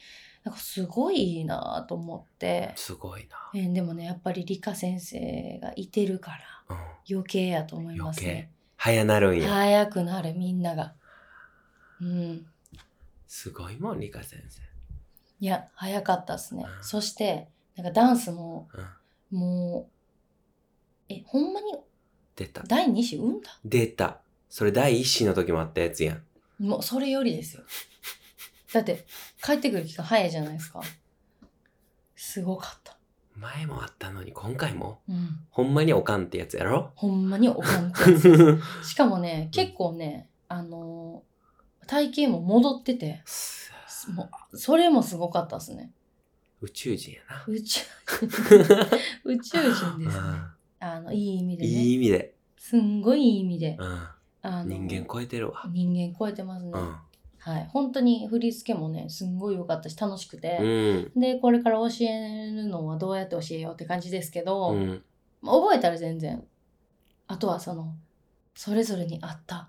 なんかすごいいいなと思って、
すごいな。
えーでもねやっぱり理科先生がいてるから
うん。
余計やと思います
余
ね
早なるんや。
早くなるみんながうん
すごいもん、理科先生。
いや早かったですね、
うん
そしてなんかダンスも
うん。
もうえほんまに
出た。
第2子産んだ
出た。それ第一子の時もあったやつやん。
もうそれよりですよ。だって帰ってくる期間早いじゃないですか。すごかった。
前もあったのに、今回も。
うん。
ほんまにおかんってやつやろ
ほんまにおかんってやつ
す
しかもね、結構ね、あのー体型も戻ってて、もうそれもすごかったですね。
宇宙人やな。
宇宙 宇宙人ですね。あのいい意味でね。
いい意味で。
すんごいいい意味で
う。ん。
あの
人間超えてるわ。
人間超えてますね、
うん。
はい本当に振り付けもねすんごい良かったし楽しくて、
うん。
でこれから教えるのはどうやって教えようって感じですけど、
うん。
まあ覚えたら全然あとはそのそれぞれに合った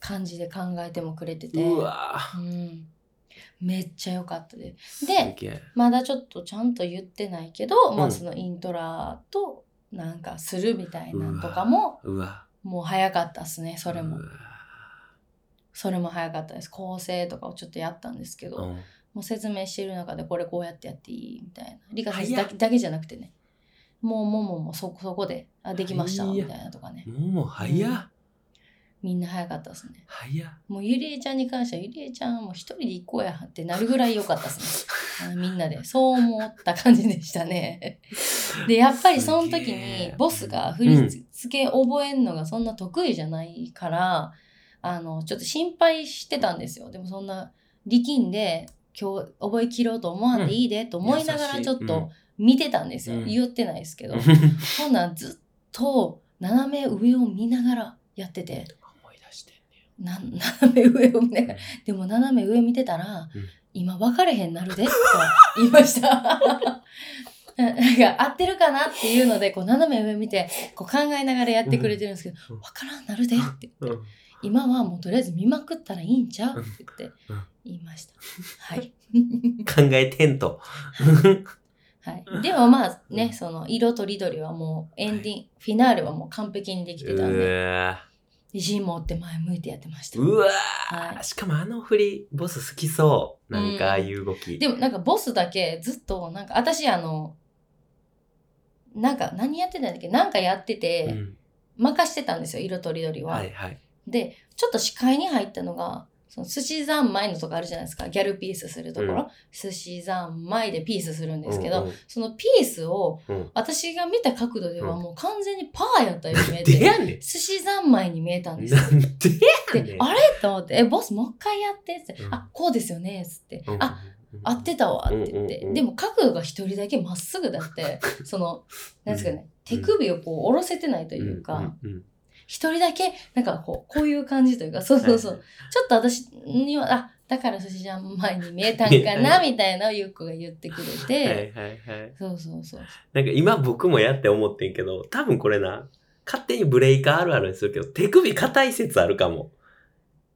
感じで考えてもくれてて
うわぁ
うん、めっちゃ良かったです
げえ。
まだちょっとちゃんと言ってないけど、ま
う
あ
ん
そのイントラとなんかするみたいなんとかも
うわ
もう早かったっすねそれも
うわ
それも早かったです構成とかをちょっとやったんですけど、
うん。
もう説明している中でこれこうやってやっていいみたいな理科先生
早っ
だけだけじゃなくてねもうもうもうもうそこそこであできました
早っ
みたいなとかね
もうもう早
うん
っ。
みんな早かったですね
早っ。
もうゆりえちゃんに関してはゆりえちゃんはもう一人で行こうやってなるぐらい良かったですねあのみんなでそう思った感じでしたね でやっぱりその時
すげえ
にボスが振り付け覚えるのがそんな得意じゃないから、あのちょっと心配してたんですよでもそんな力んで今日覚えきろうと思わんでいいでと思いなが
優し
ら
い
ちょっと見てたんですよ、
うん
言ってないですけど、ほんなんずっと斜め上を見ながらやってて
思い出してん
なん 斜め上を見ながら
ね。
でも斜め上見てたら、
うん
今分かれ へんなるでと言いました。 ななんか合ってるかなっていうのでこう斜め上見てこう考えながらやってくれてるんですけど、
うん
分からんなるでって言って、
うん
今はもうとりあえず見まくったらいいんちゃうって言って
うん
言いました。はい。
考えてんと。
はい、でもまあね、その色とりどりはもうエンディング、フィナーレはもう完璧にできて
う
たんで、
わ
自信持って前向いてやってました。
うわ
はい
しかもあの振り、ボス好きそう。なんかああいう動き。
でもなんかボスだけずっとなんか私あのなんか何やってたんだっけなんかやって
う
て
ん
任してたんですよ色とりどりは。
はいはい。
でちょっと視界に入ったのがその寿司三昧のとかあるじゃないですかギャルピースするところ、
うん
寿司三昧でピースするんですけど、
うんうん
そのピースを
うん
私が見た角度ではもう完全にパーやったように 見えて、
でやね
寿司三昧に見えたん
ん。
ですよ
な。んでやね
で
ん。
あれと思って「えボスもう一回やって」って「
うん
あこうですよね」っつって「
うん、
あ合ってたわって言って、
うんうんうん
でも角度が一人だけまっすぐだって そのなんですかね、手首をこう下ろせてないと
と
いうか
うんうん
一、人だけなんかこうこういう感じというかそうそうそう、。ちょっと私にはあだから寿司じゃん前に見えたんかなみたいなゆっこが言ってくれ
は
て、
いはいはい。
そうそうそう
なんか今僕もやって思ってんけど、多分これな、勝手にブレーカーあるあるにするけど、手首硬い説あるかも。。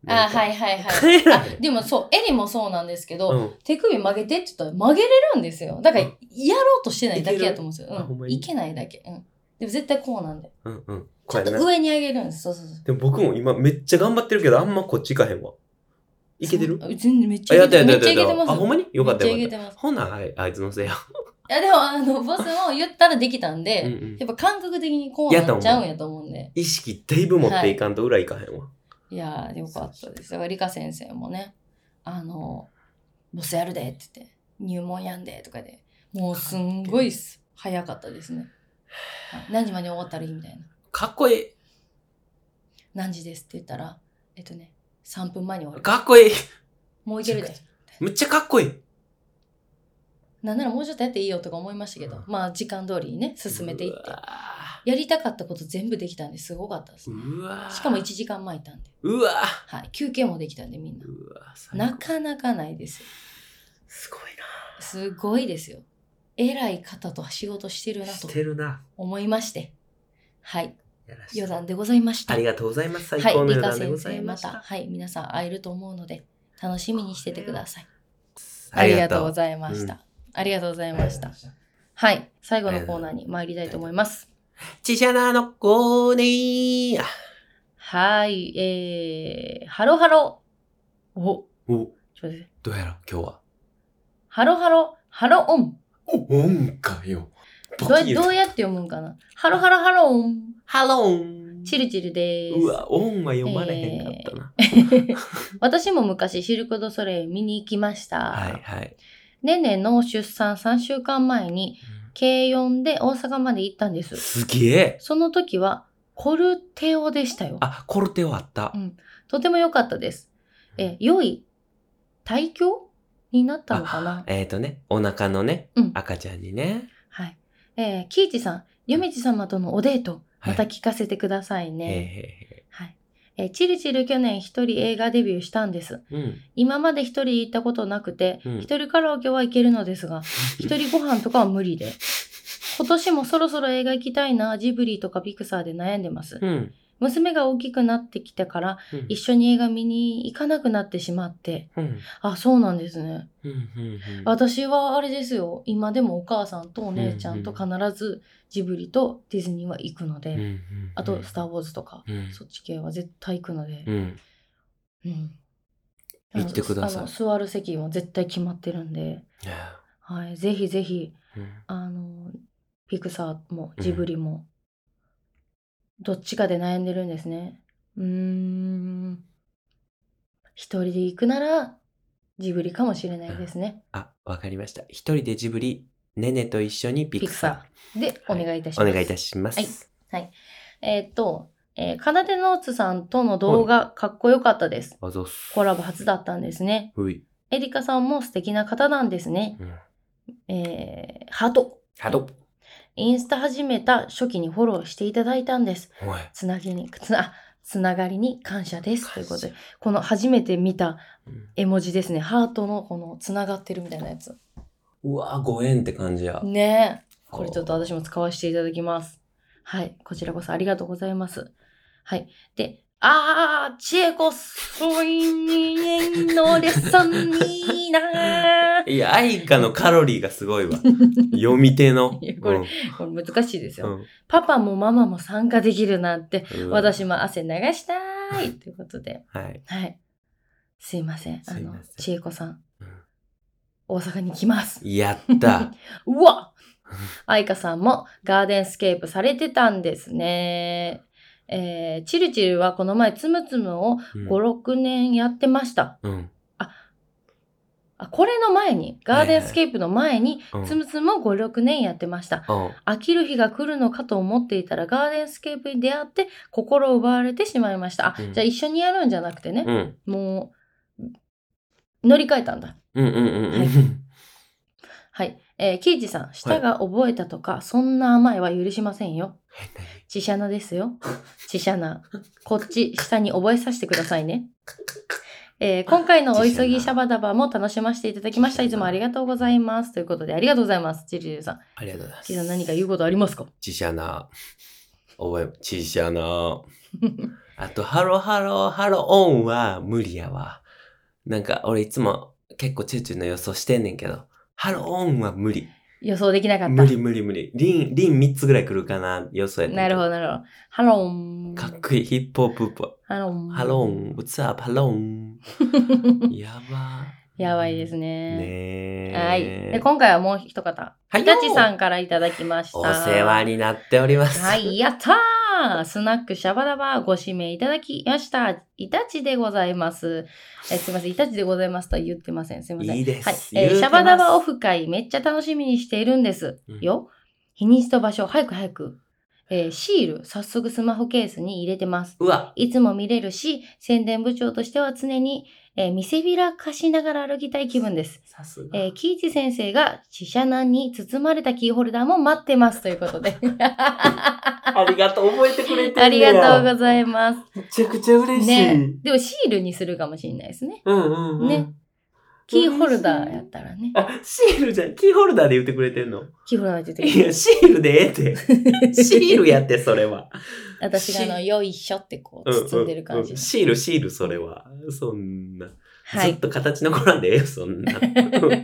あはいいはいはい
変えら
あ
れへん
でもそうエリもそうなんですけど、
うん。
手首曲げてって言ったら曲げれるんですよだから
う
やろうとしてないだけやと思うんです
いけるあほ
よ
ん、ま
うん、
に
いけないだけ、うん、でも絶対こうなんで
うんうん。
ちょっと上に上げるんですそうそうそう
でも僕も今めっちゃ頑張ってるけど、あんまこっち行かへんわ。いけてる
そう全然めっち
あ、
ゃ
や
い
ったや
けて
ったや
めっ
っ
ち
た
ゃいけて
やっ
ま
た。あ、
す
ほんまによかった
めっちゃいけ
よか
て
っ
ま
た。
す
ほな、はい、あいつのせいや。
いやでもあのボスも言ったらできたんで、
うんうん
やっぱ感覚的にこうなっちゃうんやと思うんで
意識だいぶ持っていかんと裏行かへんわ。
いやーよかったですだから理科先生もねあのボスやるでって言って入門やんでとかでもうすんごいっす早かったですねはい何時まで終わったらいいみたいな
かっこいい。
何時ですって言ったらえっとね3分前に終わる
かっこいい。
もういけるで
むっちゃかっこいい。
なんならもうちょっとやっていいよとか思いましたけど、まあ時間通りにね進めていっ
う
て
わ
やりたかったこと全部できたんですごかったです
ーうわー
しかも1時間前いたんで、
うわー
はい、休憩もできたんでみんな
うわ最高
なかなかないですよ
すごい
すごいですよ偉い方と仕事してる
な
なと
してるな
思いましてはい
やらして
余談でございました
ありがとうございます最
は
高
い
の
理
余
科
談でご
先
ざ
生
い
ま
ました
た、はい皆さん会えると思うので楽しみにしててくださいあ
あ
り
りが
がと
とう
うご
ござい
ざいました、
う
ありがとうございました
ました
はい最後のコーナーに参りたいと思います
チシャナのコーネーあ
はい、えー、ハロハロ。お、
お
ちょっと待って
どうやら今日は
ハロハロ、ハロオン。
お音かよ
どうどうやって読むんかなハロハロハロオン。
ハローン
チルチルです。
うわ音は読まれへんかったな、
私も昔シルク・ドゥ・ソレイユ見に行きました。
はいはい、
ネネの出産3週間前に軽4で大阪まで行ったんで
うん
す。
すげえ
その時はコルテオでしたよ。
あコルテはあった、
うんとても良かったです。え、良い胎教になったのかな
えっ、ー、とねお腹のね、
うん
赤ちゃんにね
はい。えー、キイチさん、ユミチ様とのおデート、
はい
また聞かせてください
へーへ
ね。
ーへ
はい。えーチルチル去年一人映画デビューしたんです。
うん。
今まで一人で行ったことなくて、
うん
一人カラオケは行けるので すが、一人ご飯とかは無理で。今年もそろそろ映画行きたいな、ジブリとかピクサーで悩んでます。
うん。
娘が大きくなってきてから、
うん
一緒に映画見に行かなくなってしまって。
うん。
あ、そうなんですね。
うん。うん。
私はあれですよ。今でもお母さんとお姉ちゃんと必ずジブリとディズニーは行くので、
うん、うん
あと、スター・ウォーズとか、
うん。
そっち系は絶対行くので。
うん。
うん。
行ってください
あの座る席も絶対決まってるんで、
いや
はい、ぜひぜひ、
うん
あの、ピクサーもジブリも、どっちかで悩んでるんですね。うーん。一人で行くなら、ジブリかもしれないですね。
あ、わかりました。一人でジブリ、ネネと一緒にピ
ピ
ク
ク
サ
サー。で、お
はい
願いいたし
ー。
ま
お
す。
願いいたします。
はいえーっと、えー、かなでノーツさんとの動画、かっこよかったです。
あざっす。
コラボ初だったんですね。
ほい。
エリカさんも素敵な方なんですね。
うん。
えーハート。
ハド。
インスタ始めた初期にフォローしていただいたんです。
おい。
つなぎに、つな、つながりに感謝です。ということで
感、
この初めて見た
うん
絵文字ですね。ハートのこのつながってるみたいなやつ。
うわー、ご縁って感じや。
ねえ。これちょっと私も使わせていただきます。はい。こちらこそありがとうございます。はい。で、あー、チェコソイニエのレッソンニー ナー。
いや、アイカのカロリーがすご いわ。読み手の。
いやこれこれ難しいです
う
よ。
んうん
パパもママも参加できるなんて、
うわ
私も汗流したいということで、
はい。
はい。すいません。あ
すい
の
ませ、ん
千恵子さん
うん、
大阪に来ます。
や った。
うわ 愛花さんもガーデンスケープされてたんですね。えー、チルチルはこの前、つむつむを
うん
5、6年やってました。
うん。
あ、これの前に、ガーデンスケープの前に、
うん
つむつむを5、6年やってました。
うん
飽きる日が来るのかと思っていたら、ガーデンスケープに出会って、心を奪われてしまいました。あ、
うん
じゃあ一緒にやるんじゃなくてね、
うん。
もう、乗り換えたんだ。
うんうんうんう
はい
ん。
はい。えー、キイジさん、舌が覚えたとか、そんな甘えは許しませんよ。ちしゃなですよ。ちしゃな。こっち、下に覚えさせてくださいね。えー今回のお急ぎシャバダバも楽しませていただきました。いつもありがとうございます。ということで、ありがとうございます。チルチルさん。
ありがとうございます。
チルさん何か言うことありますか
ちしゃな。覚え、ちしゃ な。あと、ハロハロハロオンは無理やわ。なんか、俺いつも結構チューチューの予想してんねんけど、ハロオンは無理。
予想できなかった。
無理無理無理。リン、リン3つぐらい来るかな、予想やねん
な
け
るほど、なるほど。ハローン。
かっこいい、ヒップホップっぽい。
ハローン。
ハローン、what's up, ハロー ン。
ーン。
やば。
やばいですね。
ねえ。
はい。で、今回はもう一方。
はい
ひたちさんからいただきました。
お世話になっております。
はい、やったースナックシャバダバご指名いただきました。イタチでございます。えすいません、イタチでございますとは言ってません。すいません。
いいです
はい
言
え
うてます
シャバダバオフ会めっちゃ楽しみにしているんです。
うん
よ。日にちと場所、早く早く。えーシール、早速スマホケースに入れてます。
うわ、
いつも見れるし、宣伝部長としては常に、えー見せびらかしながら歩きたい気分です。
さすが。
えー、キイチ先生が死者難に包まれたキーホルダーも待ってますということで。
ありがとう、覚えてくれてる
ありがとう
う
ございます。
めちゃくちゃ嬉しい。
ね。でもシールにするかもしれないですね。
うんうんうん。
ねキーホルダーやったらね。
あ、シールじゃん。キーホルダーで言ってくれてんの。
キーホルダーって言っ
い
て
や、シールでええって。 シールやって、それは。
私があの、よいしょってこう包んでる感じ
ううう。シール、シール、それは。そんな。
は
ずっ
い。
と形残らんでええよ、そん な。うん
い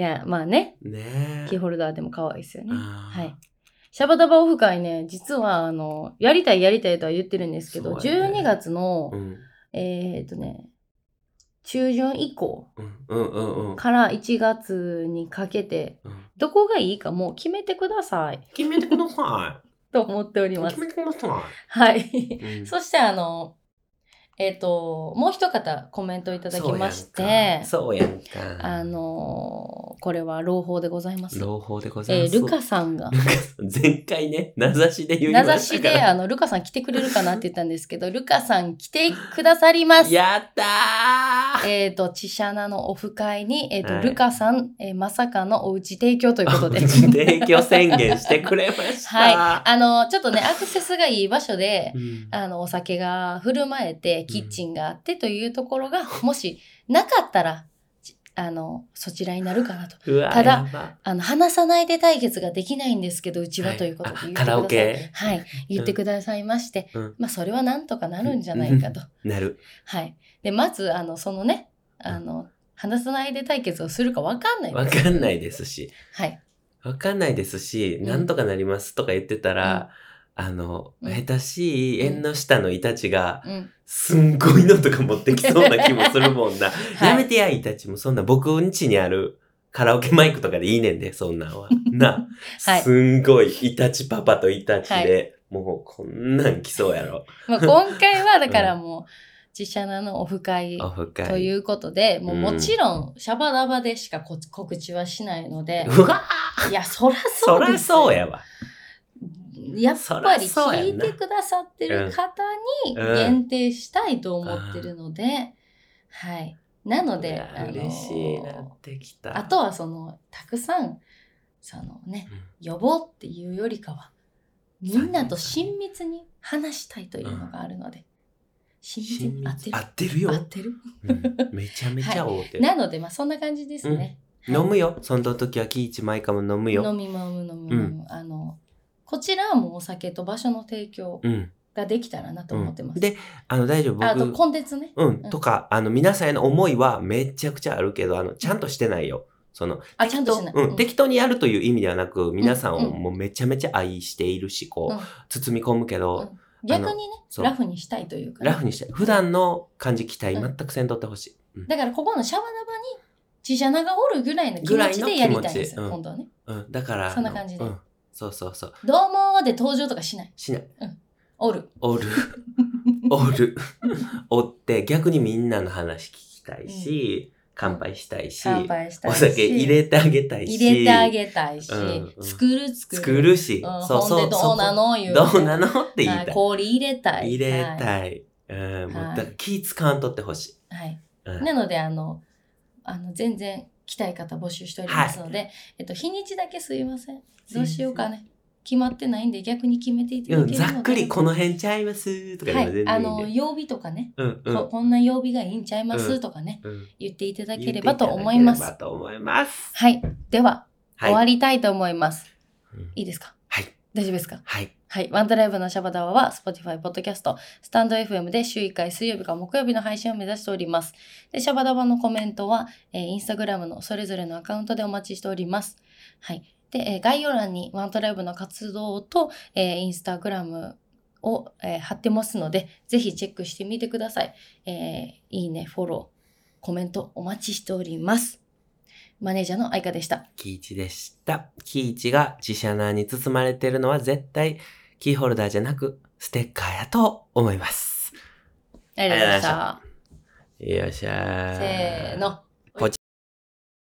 や、まあね、
ねえ。
キーホルダーでも可愛いですよね。
あー
はい。シャバダバオフ会ね、実はあの、やりたいやりたいとは言ってるんですけど、
そうやね
12月の
う、ん。
えーっとね、中旬以降
うんうんうんうんうん。
から1月にかけて、どこがいいかもう決めてください
決めてくださ
と思っており
い。
ます
決。めてくださ
はい。
い。うん
そしてあの、えっ、と、もう一方コメントいただきまして、
そうやんか。そうやんか
あ、のーこれは朗報でございます。
朗報でござい
え
ます。
ールカさんが
ル、カさん前回ね、名指し で言いま
名
したから。
指しで、あの、ルカさん来てくれるかなって言ったんですけど、ルカさん来てくださります。
やったー
えっ、と、チシャナのオフ会に、えっ、と、
はい
ルカさん、えーまさかのおうち提供ということで。
提供宣言してくれました。
はい。 あの、ちょっとね、アクセスがいい場所で、
うん
あの、お酒が振る舞えて、キッチンがあってというと ころが、もしなかったら、ちあの、そちらになるかなと。
うわ
ただ
やば
あの、話さないで対決ができないんですけど、うちはということで
は
言
い
っ
あ
てくだ
カ
さい。
ラオケ
はい。言ってくださいまして、
うん
まあ、それはなんとかなるんじゃないかと。
なる。
はい。で、まず、あの、そのね、あの、話さないで対決をするかわかんない。
わかんないですし、
はい。
わかんないですし、
うん
なんとかなりますとか言ってたら、あの、
うん
下手しい縁の下のイタチが、
うん。
すんごいのとか持ってきそうな気もするも んな。
い
やめてや、イタチもそんな僕ん家にあるカラオケマイクとかでいいねんで、そんなんは。な、
はい
すんごいイタチパパとイタチで、もうこんなん来そうやろ。
まあ、今回は、だからもう、自社のオフ会
オフ会。。
といううことで、もう
うん
もちろん、シャバダバでしかこ告知はしないので、
わ
いや、そらそ
そうら
ですよ
そうやわ。
やっ
そ
ぱ
ら
り
そうやんな
聞いてくださってる方に
うん
限定したいと思ってるので、はい。なの
い
で、
や
あの
嬉しいなってきた。
あとはその、たくさん、そのね、呼ぼうっていうよりかは、みんなと親密に話したいというのがあるので、親密
親
に
密
合ってる
合ってるよ
合。ってる
うんめちゃめちゃ合う てる。
なので、まあそんな感じですね。
飲むよ。そんな時はキイチマイカも飲むよ。
飲み飲む飲む飲む、あのこちらはもうお酒と場所の提供
うん。
ができたらなと
う
思っ
ん
てます、
で、あの、大丈夫。
あと
僕
コンテンツね
うん、とか、あの、皆さんへの思いはめちゃくちゃあるけど、あの、ちゃんとしてないよ。その、
あちゃんとしない、
うん、
うん
適当にやるという意味ではなく、皆さん
うん
をもうめちゃめちゃ愛しているし、こう、
うん
包み込むけど、
逆にね
そう
ラフにしたいというかね、
ラフにして、普段の感じ期待全くせんとってほしい。うん、
だからここのシャバダバにチジャナがおるぐらいの気
ぐら
持
い
ち
の
でやりたいんです
気持ちう
よ、
ん
今度はね
うん、だから、
そんな感じで
うん、そうそうそう、
どうもーで登場とかしない
しない。
おる
おる、 お る、おって、逆にみんなの話聞きたいし、乾杯したいし、
乾杯したい
お
し
酒入れてあげたいし、
入れてあげたいし、
うんうん
作る作る
作るし、
うん、
そう
ほん
そ
で
う、
どうな
そこ
の言う
どうなのって言い
は
た
い
い。
氷入れたい
入れ
は
たい。うん、もう
はい
だから気使わんとってほしい。
い、はい
うん
なのであのあの全然来たい方募集しておりますので、えっと、日にちだけすいませんどうしようかね決まってないんで逆に決めてい
う
ただける
ん、
ので
ざっくりこの辺ちゃいますとか
は
でも全然いいん
い
で
あの曜日とかね、
うんう
こ
ん
こんな曜日がいいんちゃいます、
うん
とかね
うん。
言っていただければと思います
言っていただければと思います。
はいでは、
はい。
終わりたいと思います
うん
いいですか
はい。
大丈夫ですか
はい。
はい。ワンドライブのシャバダワは Spotify、Podcast、スタンド FM で週1回水曜日か木曜日の配信を目指しております。で、シャバダワのコメントは、えー、Instagram のそれぞれのアカウントでお待ちしております。はい。で、えー概要欄にワンドライブの活動と、えー、Instagram を、えー貼ってますので、ぜひチェックしてみてください。えーいいね、フォロー、コメントお待ちしております。マネージャーの愛花でした。
キイチでした。キイチが自社ナーに包まれてるのは絶対キーホルダーじゃなくステッカーやと思います。
ありがとうございました。
よっしゃー。
せーの。